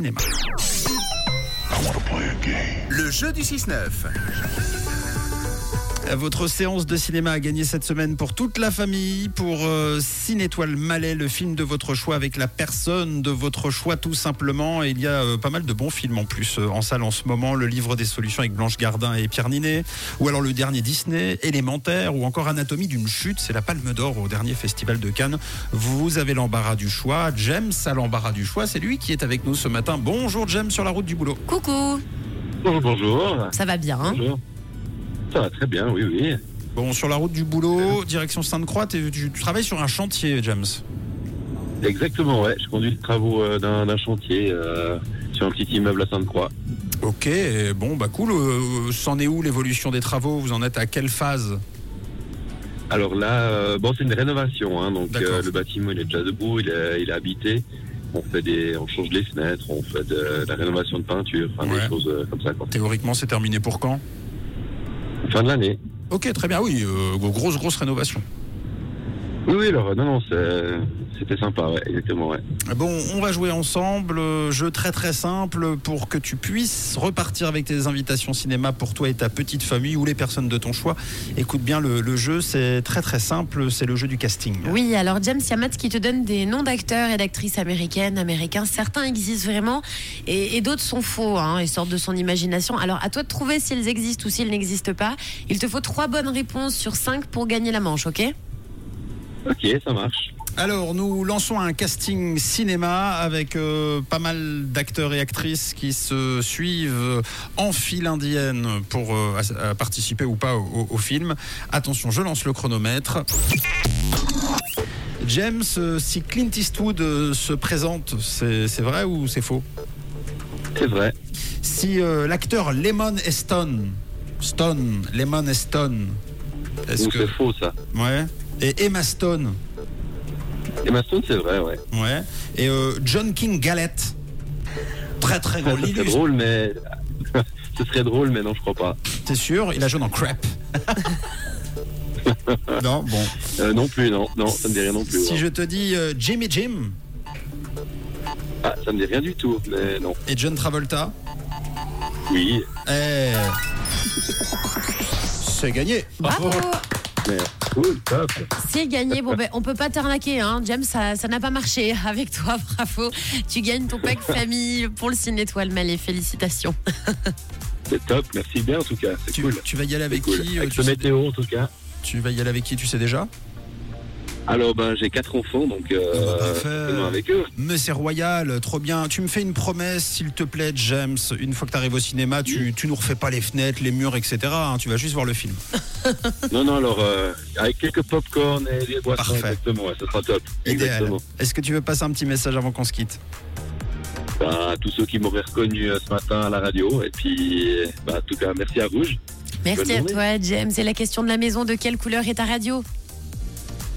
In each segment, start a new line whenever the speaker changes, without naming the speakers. cinéma.
Le jeu du 6-9.
Votre séance de cinéma a gagné cette semaine pour toute la famille, pour euh, Cine Étoile Malais, le film de votre choix avec la personne de votre choix tout simplement. Et il y a euh, pas mal de bons films en plus euh, en salle en ce moment. Le livre des solutions avec Blanche Gardin et Pierre Ninet, ou alors le dernier Disney, Élémentaire, ou encore Anatomie d'une chute, c'est la Palme d'Or au dernier festival de Cannes. Vous avez l'embarras du choix. James a l'embarras du choix, c'est lui qui est avec nous ce matin. Bonjour James sur la route du boulot.
Coucou,
Bonjour, bonjour.
ça va bien. hein
Bonjour. Ça va très bien, oui, oui.
Bon, sur la route du boulot, direction Sainte-Croix, t'es- tu, tu travailles sur un chantier, James.
Exactement, ouais. Je conduis les travaux euh, d'un d'un chantier euh, sur un petit immeuble à Sainte-Croix.
Ok, et bon, bah cool. Euh, C'en est où l'évolution des travaux Vous en êtes à quelle phase
Alors là, euh, bon, c'est une rénovation, hein, donc
D'accord.
euh, le bâtiment il est déjà debout, il est, il est habité. On fait des, on change les fenêtres, on fait de, la rénovation de peinture, enfin,
Ouais.
des choses euh, comme ça. Quoi.
Théoriquement, c'est terminé pour quand
Fin de l'année.
Ok, très bien, oui, euh, grosse, grosse rénovation.
Oui, oui. Alors euh, non, non, c'est- c'était sympa, ouais, exactement, ouais.
Ah Bon, on va jouer ensemble. euh, Jeu très très simple pour que tu puisses repartir avec tes invitations cinéma pour toi et ta petite famille ou les personnes de ton choix. Écoute bien le, le jeu, c'est très très simple, c'est le jeu du casting.
Oui, alors James, il y a Matt qui te donne des noms d'acteurs et d'actrices américaines, américains. Certains existent vraiment et, et d'autres sont faux hein, et sortent de son imagination. Alors à toi de trouver s'ils existent ou s'ils n'existent pas. Il te faut trois bonnes réponses sur cinq pour gagner la manche, ok
Ok, ça marche.
Alors, nous lançons un casting cinéma avec euh, pas mal d'acteurs et actrices qui se suivent euh, en file indienne pour euh, à- à participer ou pas au, au- au film. Attention, je lance le chronomètre. James, euh, si Clint Eastwood euh, se présente, c'est c'est vrai ou c'est faux
C'est vrai.
Si euh, l'acteur Lemon Stone, Stone, Lemon Stone, est-ce
Ou
que.
c'est faux ça.
Ouais. Et Emma Stone,
Emma Stone, c'est vrai, ouais.
Ouais. Et euh, John King Galette. Très très gros.
Ah, Ça serait
l'illustre.
drôle, mais ce serait drôle, mais non, je crois pas.
T'es sûr Il a joué dans Crap. non, bon.
Euh, non plus, non, non, ça me dit rien non plus. hein.
Si
ouais.
je te dis euh, Jimmy Jim
Ah, ça me dit rien du tout, mais non.
et John Travolta,
Oui,
eh, c'est gagné.
Bravo
mais cool, top.
C'est gagné. Bon, ben, on peut pas t'arnaquer, hein. James, ça ça n'a pas marché avec toi, bravo. Tu gagnes ton pack famille pour le Ciné Étoile Malais. Félicitations.
C'est top, merci bien en tout cas, c'est
Tu,
cool.
tu vas y aller
C'est
avec
cool.
qui euh,
Avec
tu,
ce
sais,
météo en tout cas.
tu vas y aller avec qui Tu sais déjà
Alors ben j'ai quatre enfants donc euh,
Ah, bah, parfait.
venons avec eux.
Mais c'est royal, trop bien. Tu me fais une promesse, s'il te plaît, James. Une fois que tu arrives au cinéma, tu, tu nous refais pas les fenêtres, les murs, etc. hein. tu vas juste voir le film.
Non non alors euh, avec quelques popcorn et des boissons
Parfait.
exactement, ouais, ce sera top.
Idéal.
Exactement.
Est-ce que tu veux passer un petit message avant qu'on se quitte
Ben, à tous ceux qui m'auraient reconnu euh, ce matin à la radio et puis ben, en tout cas merci à Rouge,
Merci
Bonne
à
journée.
toi, James. C'est la question de la maison. De quelle couleur est ta radio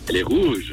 elle est rouge.